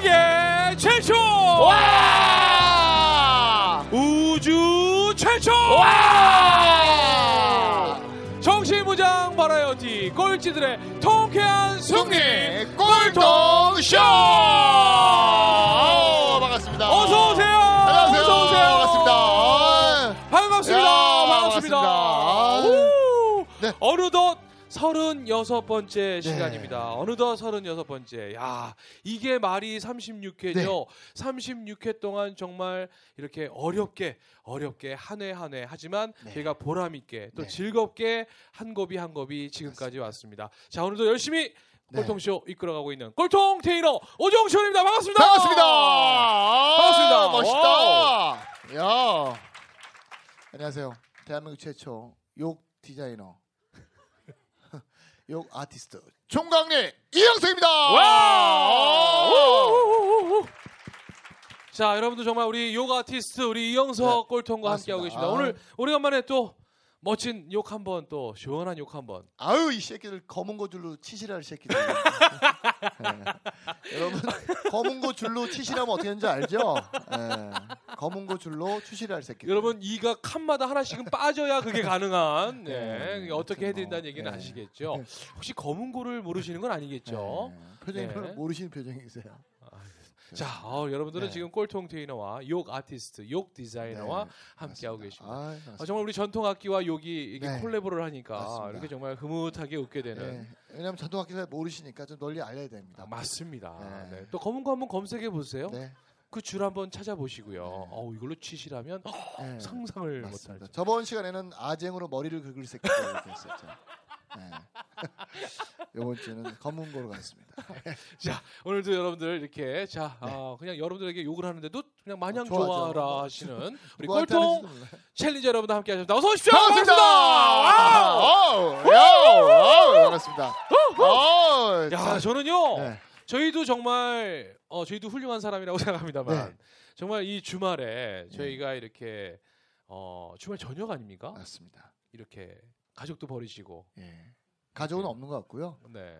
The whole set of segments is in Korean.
세계 최초! 우주 최초! 정신무장 바라이어티 꼴찌들의 통쾌한 승리! 승리 꼴통쇼 아우, 반갑습니다 어서 오세요! 안녕하세요 어서 오세요! 반갑습니다 아, 반갑습니다. 야, 반갑습니다. 우! 반갑습니다. 네. 어느덧 36번째 시간입니다. 어느덧 36번째. 야, 이게 말이 36회죠. 네. 36회 동안 정말 이렇게 어렵게 어렵게 한 회 한 회 하지만 네. 저희가 보람 있게 또 네. 즐겁게 한 겁이 한 겁이 지금까지 왔습니다. 자, 오늘도 열심히 네. 꼴통쇼 이끌어가고 있는 꼴통 테이너 오정철입니다. 반갑습니다. 반갑습니다 아, 반갑습니다. 멋있다 야 안녕하세요 대한민국 최초 욕 디자이너 욕 아티스트 총각리 이영석입니다 아, 와우! 자, 여러분들 정말 우리 욕 아티스트 우리 이영석 네, 꼴통과 함께 하고 계십니다. 맞습니다. 오늘 오래간만에 또 멋진 욕 한번 또 시원한 욕 한번. 아유 이 새끼들 검은 거 줄로 치실할 새끼들. 예. 여러분 검은 거 줄로 치실하면 어떻게 하는지 알죠? 예. 검은 거 줄로 추실할 새끼들. 예. 여러분 이가 칸마다 하나씩은 빠져야 그게 가능한. 네. 네, 어떻게 아무튼 해 드린다는 뭐, 얘기는 네. 아시겠죠? 혹시 검은 고를 모르시는 건 아니겠죠? 예. 표정이 네. 별로 모르시는 표정이세요. 자, 어, 여러분들은 그렇죠. 네. 지금 꼴통 테이너와 욕 아티스트, 욕 디자이너와 네, 함께 하고 계십니다. 아, 아, 정말 우리 전통 악기와 욕이 이게 네. 콜라보를 하니까 맞습니다. 이렇게 정말 흐뭇하게 웃게 되는 예. 왜냐하면 자동학기사 모르시니까 좀 널리 알려야 아, 됩니다. 맞습니다. 네. 네. 또 검은 거 한번 검색해 보세요. 네. 그 줄 한번 찾아보시고요. 어우 이걸로 치시라면 예. 상상을 맞습니다. 못하죠. 저번 시간에는 아쟁으로 머리를 긁을 새끼들 이렇게 했었죠. 예. 이번 주는 검은 거로 갔습니다. 자 오늘도 여러분들 이렇게 자 아, 그냥 여러분들에게 욕을 하는데도 그냥 마냥 네. 어, 좋아하죠. 좋아라 하시는 우리 누구한테 꼴통 하는지도 몰라요. 챌린저 여러분들 함께 하셨습니다. 어서 오십시오. 반갑습니다. 반갑습니다. 와우! 와우! 야우! 와우! 반갑습니다. 어우, 야 참. 저는요 네. 저희도 정말 어, 저희도 훌륭한 사람이라고 네. 생각합니다만 정말 이 주말에 저희가 이렇게 어, 주말 저녁 아닙니까? 네. 맞습니다. 이렇게 가족도 버리시고 예. 가족은 없는 것 같고요. 네.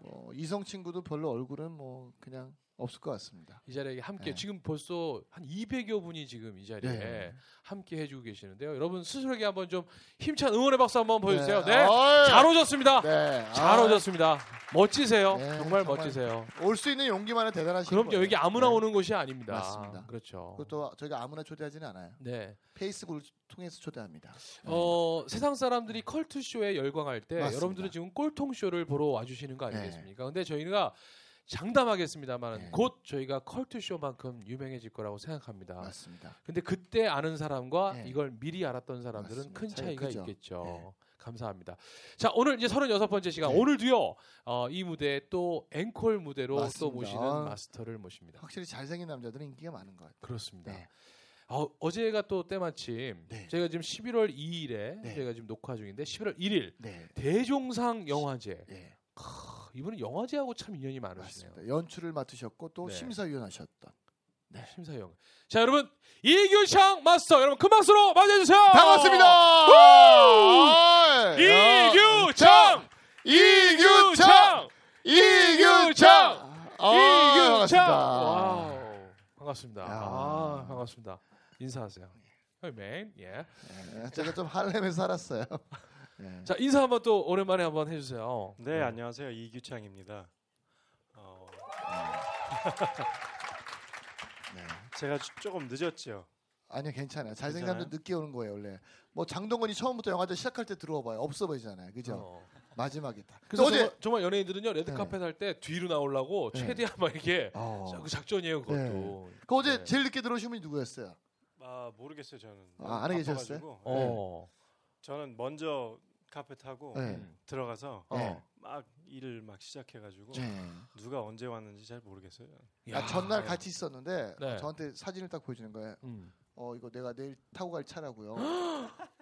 뭐 이성 친구도 별로 얼굴은 뭐 그냥 없을 것 같습니다. 이 자리에 함께 네. 지금 벌써 한 200여 분이 지금 이 자리에 네. 함께 해주고 계시는데요. 여러분 스스로에게 한번 좀 힘찬 응원의 박수 한번 보여주세요. 네, 어이. 잘 오셨습니다. 아. 네. 잘 아, 오셨습니다. 멋지세요. 네, 정말, 정말 멋지세요. 올수 있는 용기만은 대단하신 그럼요. 여기 아무나 오는 곳이 아닙니다. 맞습니다. 그렇죠. 그것도 저희가 아무나 초대하지는 않아요. 네. 페이스북을 통해서 초대합니다. 네. 어, 세상 사람들이 컬투 쇼에 열광할 때 맞습니다. 여러분들은 지금 꼴통 쇼를 보러 와주시는 거 네. 아니겠습니까? 근데 저희가 장담하겠습니다만 네. 곧 저희가 컬투 쇼만큼 유명해질 거라고 생각합니다. 맞습니다. 근데 그때 아는 사람과 네. 이걸 미리 알았던 사람들은 맞습니다. 큰 차이 차이가 크죠. 있겠죠. 네. 감사합니다. 자, 오늘 이제 36번째 시간. 네. 오늘도요, 어, 이 무대에 또 앵콜 무대로 또 맞습니다. 모시는 아. 마스터를 모십니다. 확실히 잘생긴 남자들은 인기가 많은 것 같아요. 그렇습니다. 네. 어, 어제가 또 때마침 네. 저희가 지금 11월 2일에 네. 저희가 지금 녹화 중인데 11월 1일 네. 대종상 영화제. 예, 크, 이분은 영화제하고 참 인연이 많으시네요. 맞습니다. 연출을 맡으셨고 또 네. 심사위원하셨던 네. 심사위원. 자, 여러분 이규창 마스터 여러분 큰 박수로 맞이해 주세요. 반갑습니다. 아, 어이. 이규창! 이규창, 이규창, 어이, 이규창! 아, 와우, 반갑습니다. 반갑습니다. 야. 아, 반갑습니다. 인사하세요. 맨, 예. 예, 제가 좀 할렘에서 살았어요. 예. 자, 인사 한번 또 오랜만에 한번 해주세요. 네, 안녕하세요. 이규창입니다. 어, 음. 네. 제가 주- 조금 늦었죠. 아니요 괜찮아요. 잘생긴 괜찮아요? 남자 늦게 오는 거예요 원래. 뭐 장동건이 처음부터 영화제 시작할 때 들어와봐요. 없어 보이잖아요, 그죠? 어. 마지막이다. 그래서 어제 정말, 정말 연예인들은요 네. 레드카펫 할 때 뒤로 나오려고 네. 최대한 막 이게 어. 자, 그 작전이에요 그것도. 네. 그 어제 네. 제일 늦게 들어오신 분이 누구였어요? 아 모르겠어요 저는. 아, 안에 계셨어요? 바빠가지고. 네. 어. 저는 먼저 카페 타고 네. 음. 들어가서 어. 네. 막 일을 막 시작해가지고 네. 누가 언제 왔는지 잘 모르겠어요. 아, 전날 같이 있었는데 네. 저한테 사진을 딱 보여주는 거예요. 음. 어 이거 내가 내일 타고 갈 차라고요.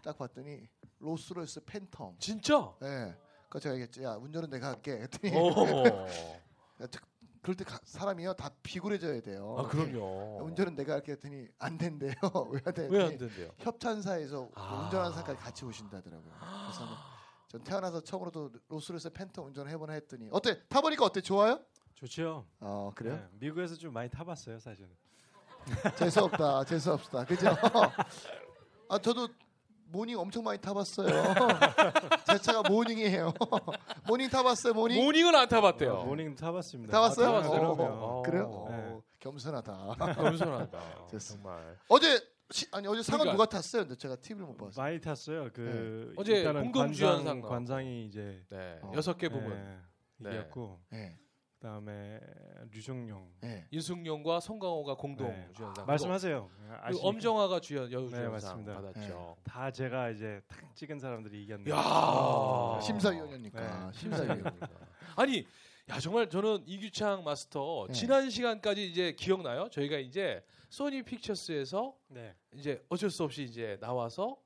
딱 봤더니 로스로이스 팬텀. 진짜? 예. 그러니까 제가 얘기했지. 야 운전은 내가 할게. 했더니 어. 야, 저- 그럴 때 가- 사람이요 다 비굴해져야 돼요. 아 그럼요. 야, 운전은 내가 할게 했더니 안 된대요. 왜안 돼? 왜 안 된대요? 협찬사에서 아. 운전하는 사까지 같이 오신다더라고요. 그래서 뭐 전 태어나서 처음으로도 로스로이스 팬텀 운전해보나 했더니 어때? 타보니까 어때? 좋아요? 좋죠. 어 그래요? 네, 미국에서 좀 많이 타봤어요 사실은. 네. 재수 없다, 재수 없다, 그죠? 아 저도 모닝 엄청 많이 타봤어요. 제 차가 모닝이에요. 모닝 타봤어요, 모닝. 모닝은 안 타봤대요. 아, 모닝 타봤습니다. 타봤어요? 아, 타봤어요? 어, 그럼요. 어. 그래요? 네. 어, 겸손하다. 겸손하다. 됐어. 아, 정말. 어제 시- 아니 어제 상은 그러니까- 누가 탔어요? 근데 제가 TV를 못 봤어요. 많이 탔어요. 그 네. 어제 일단은 공금주연상 관상 나왔고. 관상이 이제 네. 어. 여섯 개 부분. 네, 네. 이겼고 예, 그다음에 류종룡 예. 인승용과 성광호가 공동 네. 주연상. 말씀하세요. 아, 그리고 아시니까. 엄정화가 주연 여우 네, 주연상 맞습니다. 받았죠. 다 제가 이제 탁 찍은 사람들이 이겼네요. 야. 아, 심사위원이니까 네. 심사위원. 아니, 야 정말 저는 이규창 마스터 네. 지난 시간까지 이제 기억나요? 저희가 이제 소니 픽처스에서 네. 이제 어쩔 수 없이 이제 나와서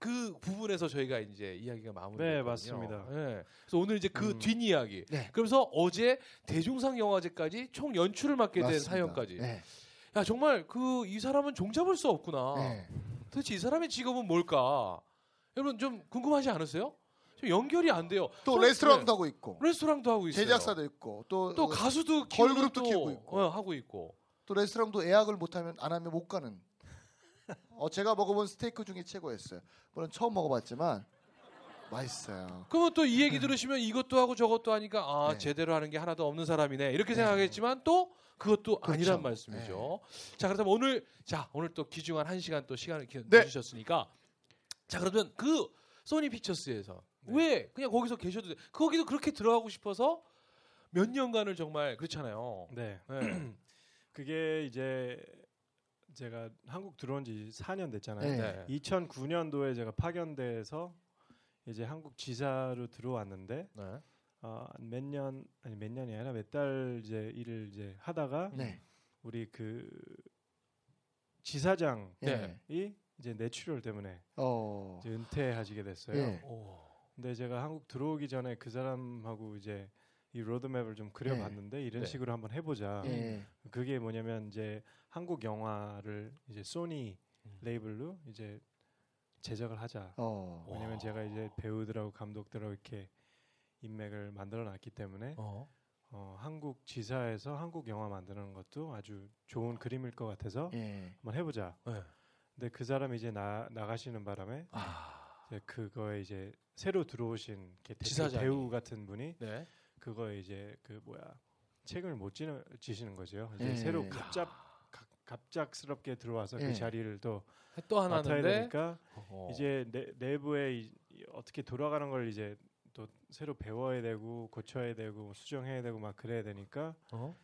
그 부분에서 저희가 이제 이야기가 마무리됐거든요. 네, 맞습니다. 네. 그래서 오늘 이제 그 음. 뒷이야기. 네. 그러면서 어제 대종상 영화제까지 총 연출을 맡게 된 맞습니다. 사연까지. 예, 야 정말 그 이 사람은 종잡을 수 없구나. 예. 도대체 이 사람의 직업은 뭘까? 여러분 좀 궁금하지 않으세요? 좀 연결이 안 돼요. 또 프랑스- 레스토랑도 하고 있고 네, 레스토랑도 하고 있어요. 제작사도 있고 또 또 또, 가수도 키우고 걸그룹도 또, 키우고 있고. 어, 하고 있고. 레스토랑도 예약을 못하면 안 하면 못 가는. 어 제가 먹어본 스테이크 중에 최고였어요. 물론 처음 먹어봤지만 맛있어요. 그러면 또 이 얘기 들으시면 이것도 하고 저것도 하니까 아 네. 제대로 하는 게 하나도 없는 사람이네 이렇게 네. 생각했지만 또 그것도 그렇죠. 아니란 말씀이죠. 자 그렇다면 오늘 자 오늘 또 귀중한 한 시간 또 시간을 기- 네. 내주셨으니까 자 그러면 그 소니 피처스에서 네. 왜 그냥 거기서 계셔도 돼. 거기도 그렇게 들어가고 싶어서 몇 년간을 정말 그렇잖아요. 네. 네. 그게 이제 제가 한국 들어온 지 4년 됐잖아요. 네. 네. 2009년도에 제가 파견돼서 이제 한국 지사로 들어왔는데 네. 어, 몇년 아니 몇 년이 아니라 몇 달 이제 일을 이제 하다가 네. 우리 그 지사장이 예. 네. 이제 뇌출혈 때문에 어. 이제 은퇴하시게 네. 됐어요. 예. 오. 근데 제가 한국 들어오기 전에 그 사람하고 이제 이 로드맵을 좀 그려봤는데 이런 네. 식으로 한번 해보자. 예. 그게 뭐냐면 이제 한국 영화를 이제 소니 음. 레이블로 이제 제작을 하자. 어. 왜냐면 제가 이제 배우들하고 감독들하고 이렇게 인맥을 만들어놨기 때문에 어. 어, 한국 지사에서 한국 영화 만드는 것도 아주 좋은 그림일 것 같아서 예. 한번 해보자. 네. 근데 그 사람이 이제 나 나가시는 바람에 아. 이제 그거에 이제 새로 들어오신 이렇게 대표 지사장이. 배우 같은 분이 네. 그거에 이제 그 뭐야 책임을 못 지는, 지시는 거죠. 이제 예. 새로 갑작 아. 갑- 갑작스럽게 들어와서 예. 그 자리를 또 또 맡아야 하나인데 되니까 어. 이제 내, 내부에 이- 이 어떻게 돌아가는 걸 이제 또 새로 배워야 되고 고쳐야 되고 뭐 수정해야 되고 막 그래야 되니까 어?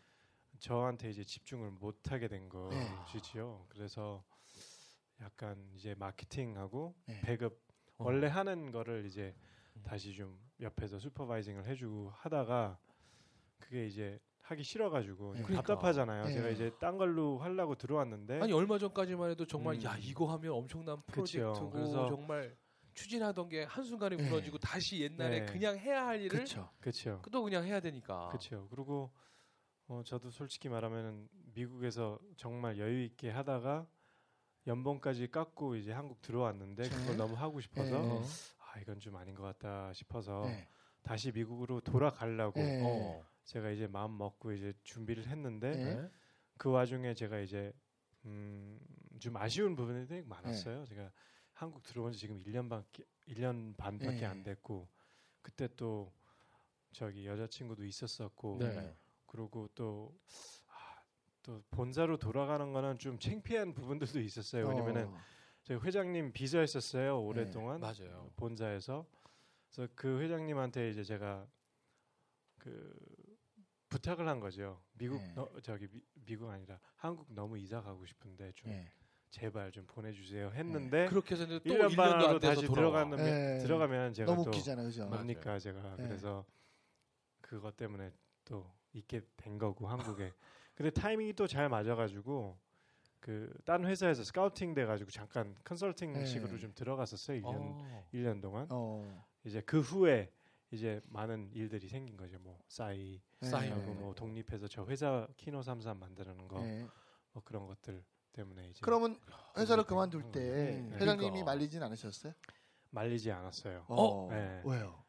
저한테 이제 집중을 못 하게 된 네. 것이지요. 그래서 약간 이제 마케팅하고 네. 배급 어. 원래 하는 거를 이제 음. 다시 좀 옆에서 슈퍼바이징을 해주고 하다가 그게 이제 하기 싫어가지고 좀 네. 그러니까. 답답하잖아요. 네. 제가 이제 딴 걸로 하려고 들어왔는데 아니 얼마 전까지만 해도 정말 네? 음. 야 이거 하면 엄청난 그치요. 프로젝트고 그래서- 정말 추진하던 게 한순간에 네. 무너지고 다시 옛날에 네. 그냥 해야 할 일을 그렇죠. 그렇죠, 또 그냥 해야 되니까 그렇죠. 그리고 어, 저도 솔직히 말하면은 미국에서 정말 여유 있게 하다가 연봉까지 깎고 이제 한국 들어왔는데 네. 그걸 너무 하고 싶어서 네. 아 이건 좀 아닌 것 같다 싶어서 예. 다시 미국으로 돌아가려고 예. 어. 제가 이제 마음 먹고 이제 준비를 했는데 네. 네. 그 와중에 제가 이제 음, 좀 아쉬운 부분이 되게 많았어요. 제가 한국 들어온 지 지금 1년밖에 1년 반밖에 네. 안 됐고 그때 또 저기 여자친구도 있었었고 네. 그리고 또 아, 또 본사로 돌아가는 거는 좀 창피한 부분들도 네, 있었어요. 왜냐면은 어. 저희 회장님 비서했었어요. 네. 오랫동안 맞아요. 본사에서 그래서 그 회장님한테 이제 제가 그 부탁을 한 거죠. 미국 네. 너, 저기 미, 국 아니라 한국 너무 이사 가고 싶은데 좀 네. 예. 제발 좀 보내주세요 했는데 그렇게 해서 이제 또 1년 1년도 네. 반으로 안 돼서 다시 돌아와. 들어가는 예. 들어가면 제가 너무 또 웃기잖아요, 그죠? 맞아요. 뭡니까 제가 네. 그래서 그것 때문에 또 있게 된 거고 한국에 근데 타이밍이 또 잘 맞아가지고 그 딴 회사에서 스카우팅 돼가지고 잠깐 컨설팅식으로 네. 좀 들어갔었어요 1년 어. 일 년 동안 어. 이제 그 후에 이제 많은 일들이 생긴 거죠 뭐 싸이 싸이하고 네. 어. 하고 뭐 독립해서 저 회사 키노 삼삼 만드는 거 예. 뭐 그런 것들 때문에 이제 그러면 회사를 그만둘 음, 때 음. 회장님이 그러니까. 말리진 않으셨어요? 말리지 않았어요 어. 네. 왜요?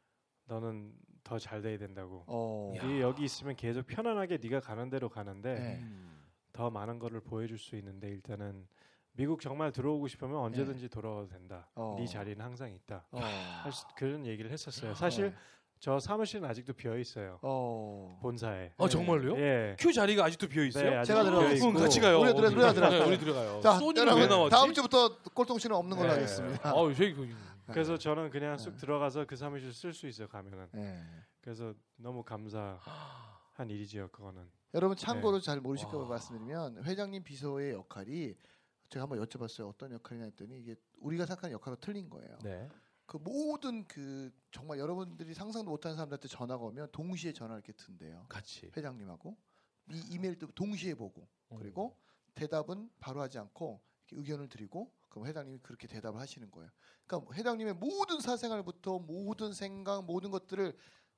너는 더 잘 돼야 된다고 어. 야. 이 여기 있으면 계속 편안하게 네가 가는 대로 가는데 네. 음. 더 많은 거를 보여줄 수 있는데 일단은 미국 정말 들어오고 싶으면 네. 언제든지 돌아와도 된다. 어. 네 자리는 항상 있다. 어. 할 아. 수- 그런 얘기를 했었어요. 사실 저 사무실은 아직도 비어 있어요. 어. 본사에. 아 정말요? 예. 큐 자리가 아직도 비어 있어요? 네, 아직 제가 비어 들어가 있고. 네. 있고. 같이 가요. 우리 들어- 우리 들어가, 들어가. 우리 들어가요. 자, 뭐 소니는 여러분, 왜 나왔지? 다음 주부터 꼴통 씨는 없는 걸로 네. 하겠습니다. 아, 저희 그 그래서 저는 그냥 네. 쑥 들어가서 그 사무실 쓸 수 있어요. 가면은. 네. 예. 그래서 너무 감사한 아. 일이지요. 그거는. 여러분 참고로 잘 모르실까 봐 네. 와. 말씀드리면 회장님 비서의 역할이 제가 한번 여쭤봤어요. 어떤 역할이냐 했더니 이게 우리가 생각하는 역할과 틀린 거예요. 네. 그 모든 그 정말 여러분들이 상상도 못하는 사람들한테 전화가 오면 동시에 전화를 이렇게 든대요. 같이. 회장님하고 이 아. 이메일도 동시에 보고 음. 음. 그리고 대답은 바로 하지 않고 이렇게 의견을 드리고 그럼 회장님이 그렇게 대답을 하시는 거예요. 그러니까 회장님의 모든 사생활부터 모든 생각 모든 것들을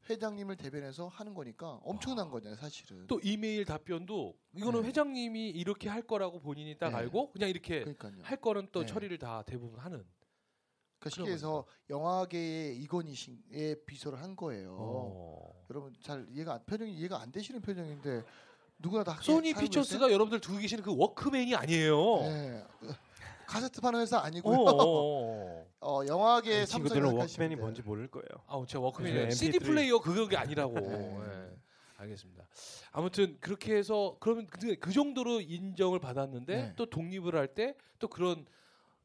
회장님을 대변해서 하는 거니까 엄청난 거잖아요, 사실은. 또 이메일 답변도 이거는 네. 회장님이 이렇게 할 거라고 본인이 딱 네. 알고 그냥 이렇게 그러니까요. 할 거는 또 네. 처리를 다 대부분 하는. 그러니까 쉽게 해서 영화계의 이건희의 비서를 한 거예요. 어. 여러분 잘 이해가 안- 표정이 이해가 안 되시는 표정인데 누구나 다 소니 살고 피처스가 여러분들 두고 계시는 그 워크맨이 아니에요. 있어요. 네. 가세트 파는 회사 어, 아니고요. 어, 어. 영화계 이 친구들은 삼성이라고 워크맨이 생각하시면 뭔지 돼요. 모를 거예요. 아, 제가 워크맨이 네, 아니라 MP3. CD 플레이어 그게 아니라고. 네. 예. 알겠습니다. 아무튼 그렇게 해서 그러면 그, 그 정도로 인정을 받았는데 네. 또 독립을 할 때 또 그런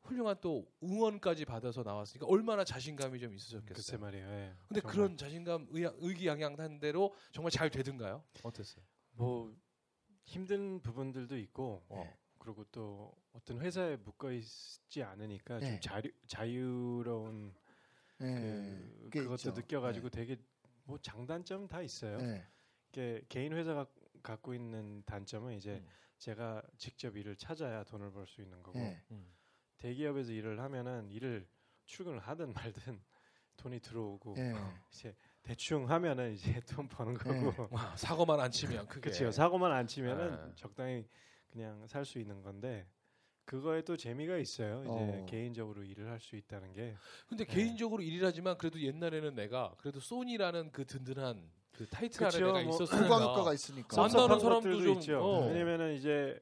훌륭한 또 응원까지 받아서 나왔으니까 얼마나 자신감이 좀 글쎄 있으셨겠어요. 말이에요. 예. 근데 정말. 그런 자신감 의, 의기양양한 대로 정말 잘 되든가요? 어땠어요? 뭐 힘든 부분들도 있고 어. 그리고 또 어떤 회사에 묶여 있지 않으니까 네. 좀 자유 자유로운 예. 그, 꽤 그것도 있죠. 네. 느껴가지고 되게 뭐 장단점 다 있어요. 예. 이게 개인 회사가 갖고 있는 단점은 이제 음. 제가 직접 일을 찾아야 돈을 벌 수 있는 거고 예. 대기업에서 일을 하면은 일을 출근을 하든 말든 돈이 들어오고 예. 이제 대충 하면은 이제 돈 버는 네. 거고 와, 사고만 안 치면 그게 그렇죠. 사고만 안 치면은 예. 적당히 그냥 살 수 있는 건데 그거에 또 재미가 있어요. 이제 어. 개인적으로 일을 할 수 있다는 게 근데 네. 개인적으로 일이라지만 그래도 옛날에는 내가 그래도 소니라는 그 든든한 그 타이틀 아래 그쵸, 내가 뭐 있었으니까 후광효과가 있으니까. 완전- 만나는 섭섭한 사람도 것들도 좀, 있죠. 어. 왜냐면은 이제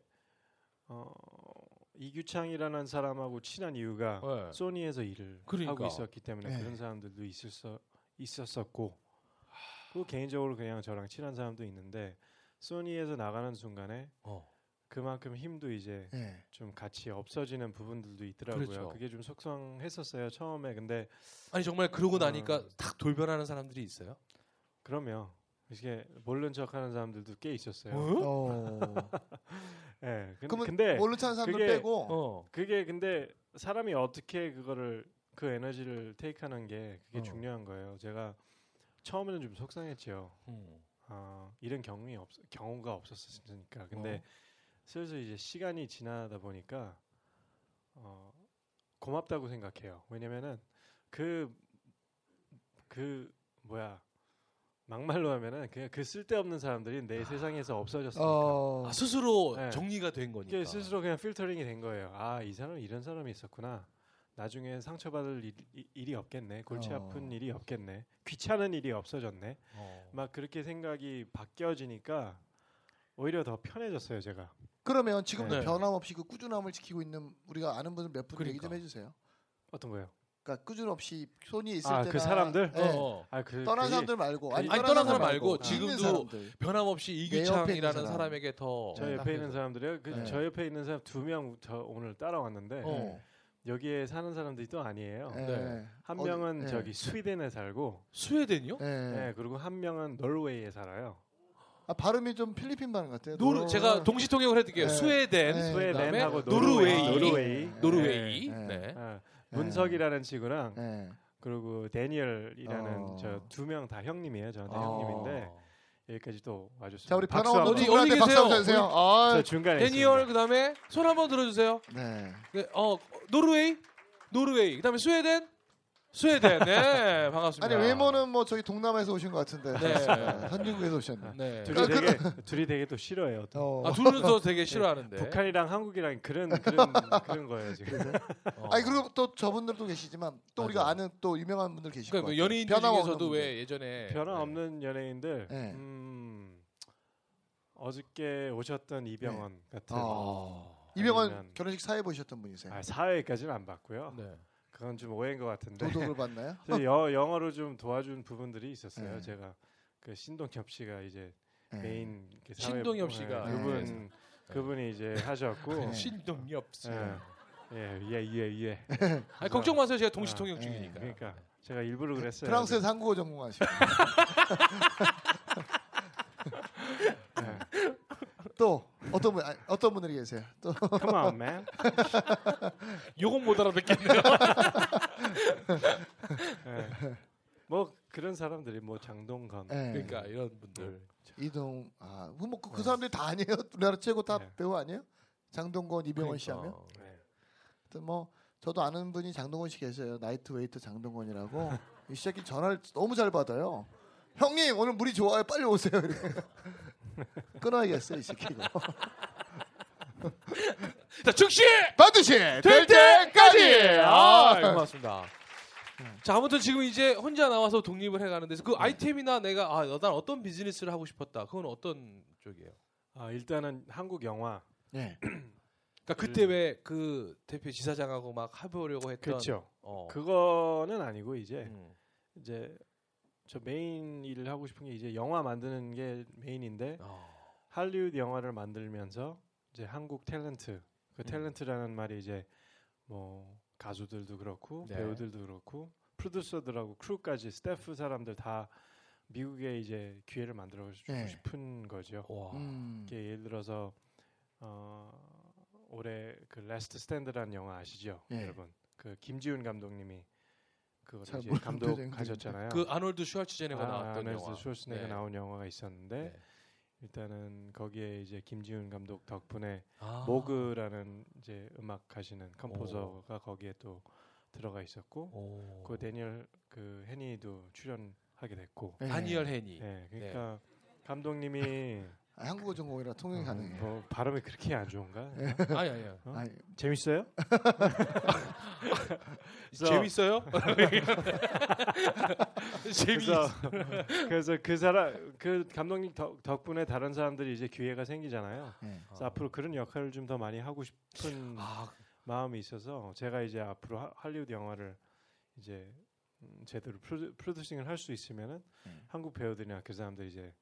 어, 이규창이라는 사람하고 친한 이유가 네. 소니에서 일을 그러니까. 하고 있었기 때문에 네. 그런 사람들도 있었어 있었었고 또 개인적으로 그냥 저랑 친한 사람도 있는데 소니에서 나가는 순간에 어. 그만큼 힘도 이제 예. 좀 같이 없어지는 부분들도 있더라고요. 그렇죠. 그게 좀 속상했었어요 처음에. 근데 아니 정말 그러고 어. 나니까 탁 돌변하는 사람들이 있어요. 그러면 이게 모른 척하는 사람들도 꽤 있었어요. 어. 예. 근- 그러면 근데 모르는 차는 사람들 그게- 빼고 어. 그게 근데 사람이 어떻게 그거를 그 에너지를 테이크하는 게 그게 어. 중요한 거예요. 제가 처음에는 좀 속상했죠. 음. 어, 이런 경험이 없 경우가 없었으니까. 근데 슬슬 이제 시간이 지나다 보니까 어, 고맙다고 생각해요. 왜냐면은 그 그 뭐야 막말로 하면은 그냥 그 쓸데없는 사람들이 내 세상에서 없어졌으니까. 어. 아, 스스로 네. 정리가 된 거니까. 이게 스스로 그냥 필터링이 된 거예요. 아, 이 사람 은 이런 사람이 있었구나. 나중에 상처받을 일, 이- 일이 없겠네. 골치 어. 아픈 일이 없겠네. 귀찮은 일이 없어졌네. 어. 막 그렇게 생각이 바뀌어지니까 오히려 더 편해졌어요, 제가. 그러면 지금도 네. 변함없이 그 꾸준함을 지키고 있는 우리가 아는 분들 몇 분 얘기 좀 그러니까. 해주세요. 어떤 거예요? 그러니까 꾸준없이 손이 있을 아, 때나 그 사람들? 예. 어. 아, 그 떠난 그게- 사람들 말고 아니, 아니, 떠난 사람 말고 지금도 있는 사람들. 변함없이 내 옆에 있는 이규창이라는 사람. 사람. 에게 더. 저 네, 옆에 있는 사람들이요. 그 네. 저 옆에 있는 사람 두 명 저 오늘 따라왔는데 어. 여기에 사는 사람들이 또 아니에요. 예. 네. 한 어디- 명은 예. 저기 스웨덴에 살고, 스웨덴이요? 예. 네, 그리고 한 명은 노르웨이에 살아요. 아, 발음이 좀 필리핀 발음 같아요. 노르 노- 제가 동시 통역을 해드릴게요. 네. 스웨덴, 네, 스웨덴하고 그다음에 노르웨이, 노르웨이, 노르웨이, 네. 네. 아, 문석이라는 친구랑 예. 그리고 데니얼이라는 어. 저 두 명 다 형님이에요. 저한테 어. 형님인데 여기까지 또 와줬습니다. 자 우리 박수 변호원 한번. 어디- 노지훈한테 어디 박수 한번 계세요? 주세요. 아, 저 중간에 데니얼 그다음에 손 한번 들어주세요. 네. 네, 어 노르웨이, 노르웨이, 그다음에 스웨덴, 스웨덴. 네, 반갑습니다. 아니 외모는 뭐 저기 동남아에서 오신 것 같은데 네. 네, 선진국에서 오셨네. 네. 있습니다. 둘이 되게 둘이 되게 또 싫어해요. 또. 그, 어. 아 둘은 또 되게 싫어하는데. 북한이랑 한국이랑 그런 그런 그런 거예요 지금. 어. 아니 그리고 또 저분들도 계시지만 또 우리가 맞아요. 네. 아는 또 유명한 분들 계실 그러니까 거예요. 그 연예인 중에서도 왜 예전에 변화 없는 연예인들. 네. 음, 어저께 오셨던 이병헌 같은. 아, 네. 어. 이병헌 아니면- 결혼식 사회 보셨던 분이세요. 아, 사회까지는 안 봤고요. 네. 그건 좀 오해인 것 같은데. 도덕을 봤나요? 그래서 여- 영어로 좀 도와준 부분들이 있었어요. 네. 제가 그 신동엽 씨가 이제 네. 메인 그 이렇게 신동엽 씨가 그분 네. 그분이 이제 하셨고 네. 신동이 없어. 네. 예예예 예, 네. 아니 걱정 마세요. 제가 동시 아, 통역 네. 중이니까. 그러니까 제가 일부러 그랬어요. 프랑스에서 한국어 전공하시고 네. 또 어떤 분 아니, 어떤 분들이 계세요? 또 Come on, man. 그러니까. 요건 못 알아듣겠네요. 예. 뭐 그런 사람들이 뭐 장동건 예. 그러니까 이런 분들. 이동 아뭐그 네. 그 사람들이 다 아니에요? 우리나라 최고 다 네. 배우 아니에요? 장동건 이병헌 씨 하면 그러니까. 예. 하여튼 뭐 저도 아는 분이 장동건 씨 계세요. 나이트 웨이터 장동건이라고 이 새끼 전화를 너무 잘 받아요. 형님 오늘 물이 좋아요. 빨리 오세요. 이래. 끊어야겠어요 이 새끼 이거. 자 즉시 반드시 될 때까지. 아 아, 고맙습니다. 자 아무튼 지금 이제 혼자 나와서 독립을 해가는데 그 아이템이나 내가 아난 어떤 비즈니스를 하고 싶었다. 그건 어떤 쪽이에요? 아, 일단은 한국 영화 네. 그러니까 그때 왜 그 대표 지사장하고 막 해보려고 했던. 음. 그렇죠. 어. 그거는 아니고 이제 음. 이제 저 메인 일을 하고 싶은 게 이제 영화 만드는 게 메인인데 어. 할리우드 영화를 만들면서 이제 한국 탤런트 그 탤런트라는 말이 이제 뭐 가수들도 그렇고 네. 배우들도 그렇고 프로듀서들하고 크루까지 스태프 사람들 다 미국에 이제 기회를 만들어 주고 네. 싶은 거죠. 와. 네. 음. 이게 예를 들어서 어, 올해 그 라스트 스탠드라는 영화 아시죠, 예. 여러분? 그 김지훈 감독님이 그거 잘 이제 모르는 감독하셨잖아요. 그 아놀드 슈왈츠제네가 아, 나왔던 아놀드 영화. 슈왈츠네가 네. 나온 영화가 있었는데 네. 일단은 거기에 이제 김지훈 감독 덕분에 아. 뭐 모그라는 이제 음악 하시는 컴포저가 거기에 또 들어가 있었고 오. 그 데니얼 그 해니도 출연하게 됐고 네. 다니엘 헤니. 예 그러니까 네. 감독님이 아, 한국어 전공이라 통역이 가능해요. 뭐 발음이 그렇게 안 좋은가 아니 아니요. 어? 아니, 예. 재밌어요? 그래서- 재밌어요? 재밌. 그래서 그래서 그 사람 그 감독님 덕, 덕분에 다른 사람들이 이제 기회가 생기잖아요. 네. 그래서 앞으로 그런 역할을 좀 더 많이 하고 싶은 아, 마음이 있어서 제가 이제 앞으로 하- 할리우드 영화를 이제 음, 제대로 프로, 프로듀싱을 할 수 있으면은 네. 한국 배우들이나 그 사람들이 이제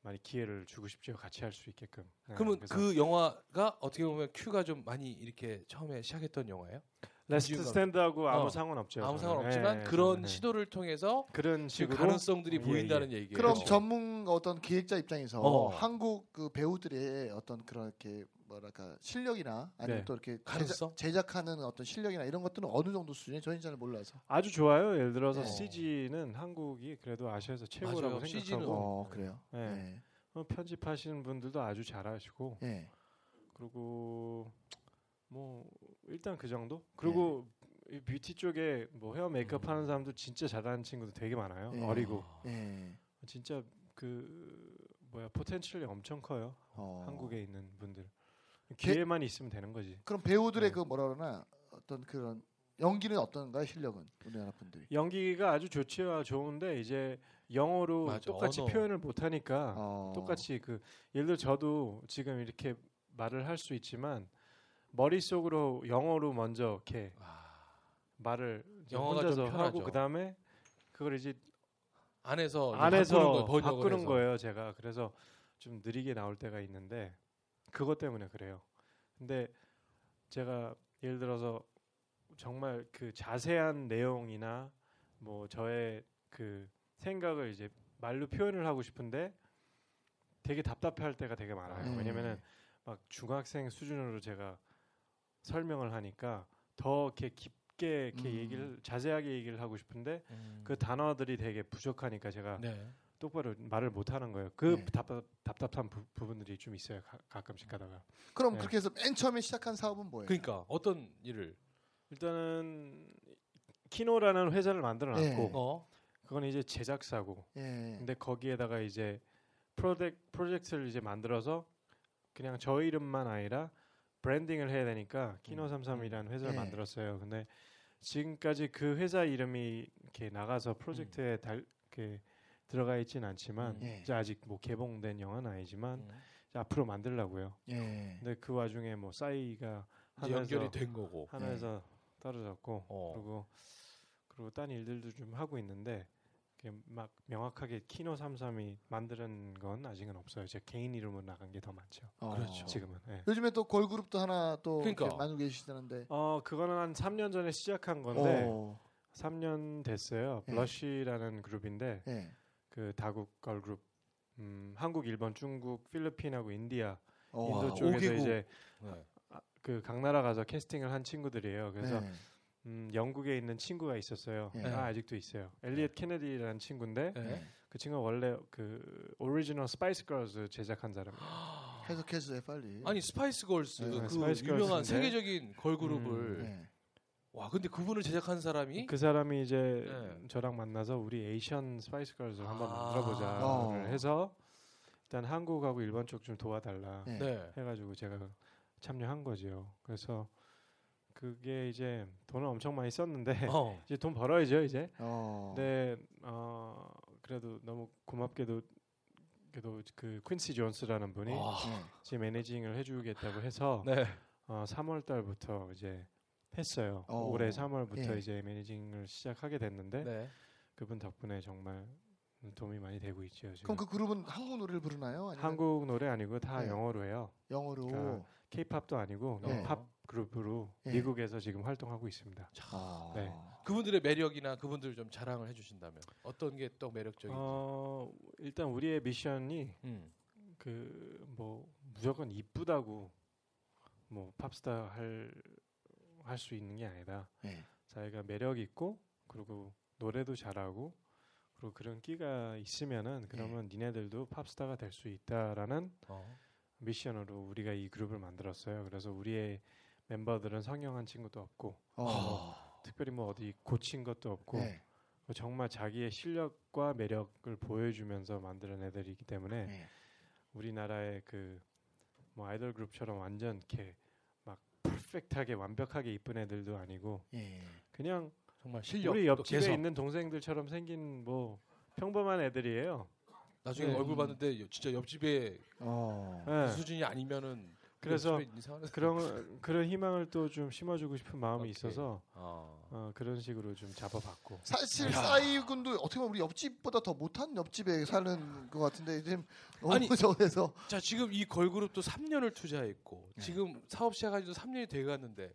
많이 기회를 주고 싶죠. 같이 할 수 있게끔. 네, 그러면 그래서 그 영화가 어떻게 보면 큐가 좀 많이 이렇게 처음에 시작했던 영화예요? 레스트 이유가- 스탠드하고 아무 어, 상관없죠. 아무 저는. 상관없지만 예, 그런 저는, 예. 시도를 통해서 그런 그 식으로 가능성들이 예, 예. 보인다는 얘기예요. 그럼 그렇죠. 전문 어떤 기획자 입장에서 어. 한국 그 배우들의 어떤 그런 이렇게 뭐랄까 실력이나 아니면 네. 또 이렇게 가능성? 제작, 하는 어떤 실력이나 이런 것들은 어느 정도 수준이 저는 잘 몰라서. 아주 좋아요. 예를 들어서 네. CG는 한국이 그래도 아시아에서 최고라고 맞아요. CG 는 생각하고 어 그래요. 네. 어, 편집하시는 분들도 아주 잘하시고 예. 예. 그리고 뭐 일단 그 정도. 그리고 네. 이 뷰티 쪽에 뭐 헤어 음. 메이크업 하는 사람들 진짜 잘하는 친구도 되게 많아요. 네. 어리고 예. 진짜 그 뭐야 포텐셜이 엄청 커요. 어. 한국에 있는 분들 게- 기회만 있으면 되는 거지. 그럼 배우들의 네. 그 뭐라 그러나 어떤 그런 연기는 어떤가요? 실력은 우리나라 분들이. 연기가 아주 좋지요, 좋은데 이제 영어로 맞아, 똑같이 언어. 표현을 못 하니까 어. 아, 똑같이 그 예를 들어 저도 지금 이렇게 말을 할 수 있지만 머릿속으로 영어로 먼저 이렇게 아, 말을 이제 영어가 좀 혼자서 편하죠. 하고 그다음에 그걸 이제 안에서 어, 이제 안에서 바꾸는 거예요. 번역을 바꾸는 해서. 거예요, 제가. 그래서 좀 느리게 나올 때가 있는데 그것 때문에 그래요. 근데 제가 예를 들어서 정말 그 자세한 내용이나 뭐 저의 그 생각을 이제 말로 표현을 하고 싶은데 되게 답답해할 때가 되게 많아요. 음. 네. 왜냐면은 막 중학생 수준으로 제가 설명을 하니까 더 이렇게 깊게 이렇게 음. 얘기를 자세하게 얘기를 하고 싶은데 음. 그 단어들이 되게 부족하니까 제가 네. 똑바로 말을 못 하는 거예요. 그 네. 음. 답답, 답답한 부, 부분들이 좀 있어요. 가, 가끔씩 가다가. 그럼 네. 그렇게 해서 맨 처음에 시작한 사업은 뭐예요? 그러니까 어떤 일을 일단은 키노라는 회사를 만들어 놨고 네. 어 그건 이제 제작사고 예. 근데 거기에다가 이제 프로젝 프로젝트를 이제 만들어서 그냥 저 이름만 아니라 브랜딩을 해야 되니까 키노 33이라는 회사를 네. 만들었어요. 근데 지금까지 그 회사 이름이 이렇게 나가서 프로젝트에 달 이렇게 들어가 있진 않지만 음. 예. 이제 아직 뭐 개봉된 영화는 네. 아니지만 음. 이제 앞으로 만들려고요. 예. 근데 그 와중에 뭐 싸이가 이제 하면서 연결이 된 거고 네. 하나 회사 떨어졌고 어. 그리고 그리고 딴 일들도 좀 하고 있는데 이렇게 막 명확하게 키노 33이 만드는 건 아직은 없어요. 제 개인 이름으로 나간 게 더 많죠. 어. 그렇죠. 지금은. 예. 요즘에 또 걸그룹도 하나 또 그러니까. 이렇게 만들고 계시다는데. 어 그거는 한 3년 전에 시작한 건데 어. 3년 됐어요. 예. 블러쉬라는 그룹인데 예. 그 다국 걸그룹 음, 한국, 일본, 중국, 필리핀하고 인디아 어. 인도 와, 쪽에서 오개국. 이제 네. 그 각 나라 가서 캐스팅을 한 친구들이에요. 그래서 예. 음, 영국에 있는 친구가 있었어요. 예. 아, 아직도 있어요. 엘리엇 케네디라는 친구인데 네. 그 친구가 원래 그 오리지널 스파이스 걸즈 제작한 사람이에요. 해석해서 해 빨리. 아니 스파이스 걸스 네, 그 스파이스 유명한 걸스인데. 세계적인 걸그룹을 예. 네. 와 근데 그분을 제작한 사람이 그 사람이 이제 네. 저랑 만나서 우리 에이션 스파이스 걸즈 를 한번 아. 만들어보자를 어. 해서 일단 한국하고 일본 쪽 좀 도와달라 예. 네. 해가지고 제가 참여한 거지요. 그래서 그게 이제 돈을 엄청 많이 썼는데 어. 이제 돈 벌어야죠 이제. 어. 네, 어, 그래도 너무 고맙게도 그래도 그 퀸시 존스라는 분이 아, 예. 제 매니징을 해주겠다고 해서 네. 어, 3월 달부터 이제 했어요. 어. 올해 3월부터 예. 이제 매니징을 시작하게 됐는데 네. 그분 덕분에 정말 도움이 많이 되고 있죠. 지금. 그럼 그 그룹은 한국 노래를 부르나요? 아니면 한국 노래 아니고 다 네. 영어로 해요. 영어로. 그러니까 케이팝도 아니고 그냥 네. 음. 팝 그룹으로 예. 미국에서 지금 활동하고 있습니다. 아. 네. 그분들의 매력이나 그분들 좀 자랑을 해주신다면 어떤 게 또 매력적인지. 어, 일단 우리의 미션이 음. 그 뭐 무조건 이쁘다고 뭐 팝스타 할 할 수 있는 게 아니다. 예. 자기가 매력 있고 그리고 노래도 잘하고 그리고 그런 끼가 있으면은 그러면 니네들도 팝스타가 될 수 있다라는 어. 미션으로 우리가 이 그룹을 만들었어요. 그래서 우리의 멤버들은 성형한 친구도 없고 어. 특별히 뭐 어디 고친 것도 없고 예. 정말 자기의 실력과 매력을 보여주면서 만드는 애들이기 때문에 예. 우리나라의 그 뭐 아이돌 그룹처럼 완전 이렇게 막 퍼펙트하게 완벽하게 이쁜 애들도 아니고 예. 그냥 정말 실력. 우리 또 옆집에 개성. 있는 동생들처럼 생긴 뭐 평범한 애들이에요. 나중에 네. 얼굴 봤는데 여- 진짜 옆집에 어. 예. 그 수준이 아니면은 그래서 옆집에 이상한 그런 그런 희망을 또 좀 심어주고 싶은 마음이 오케이. 있어서 어. 어, 그런 식으로 좀 잡아봤고 사실 싸이 군도 어떻게 보면 우리 옆집보다 더 못한 옆집에 사는 것 같은데 지금 너무 아니. 저에서 자 지금 이 걸그룹도 3년을 투자했고 지금 사업 시작한 지도 3년이 돼가는데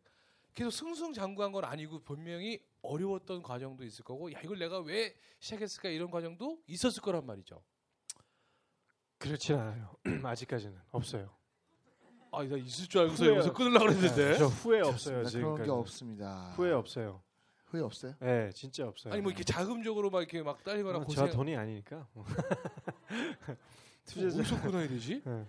계속 승승장구한 건 아니고 분명히 어려웠던 과정도 있을 거고 야 이걸 내가 왜 시작했을까 이런 과정도 있었을 거란 말이죠. 그렇진 않아요. 아직까지는 없어요. 아, 나 있을 줄 알고서 후회요. 여기서 끊으려고 네, 그랬는데. 네. 저 후회 없어요 네, 그런 지금. 게 없습니다. 후회 없어요. 후회 없어요? 예, 진짜 없어요. 아니 뭐 이렇게 아, 자금적으로 막 이렇게 막 딸리거나 어, 고생. 뭐 저 돈이 아니니까 투자자. 어디서 끊어야 되지? 예.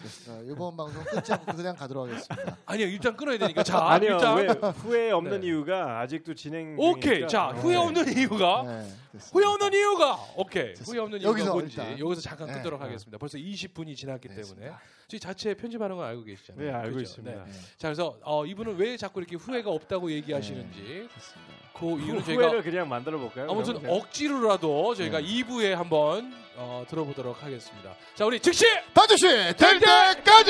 좋습니다. 이번 방송 끝지 않고 그냥 가도록 하겠습니다. 아니야 일단 끊어야 되니까. 자 아니요 일단 왜 후회 없는 네. 이유가 아직도 진행 오케이 중이니까. 자 네. 후회 없는 이유가 네, 됐습니다. 후회 없는 이유가 오케이 됐습니다. 후회 없는 여기서 이유가 뭔지 일단. 여기서 잠깐 네. 끊도록 네. 하겠습니다. 벌써 20분이 지났기 때문에 됐습니다. 저희 자체 편집하는 건 알고 계시잖아요. 네 알고 그죠? 있습니다 네. 자 그래서 어, 이분은 왜 자꾸 이렇게 후회가 없다고 네, 얘기하시는지 됐습니다. 그 이유는 후회를 저희가 그냥 만들어 볼까요 아무튼 억지로라도 저희가 네. 2부에 한번 어, 들어보도록 하겠습니다. 자 우리 즉시 반드시 될 때까지 아!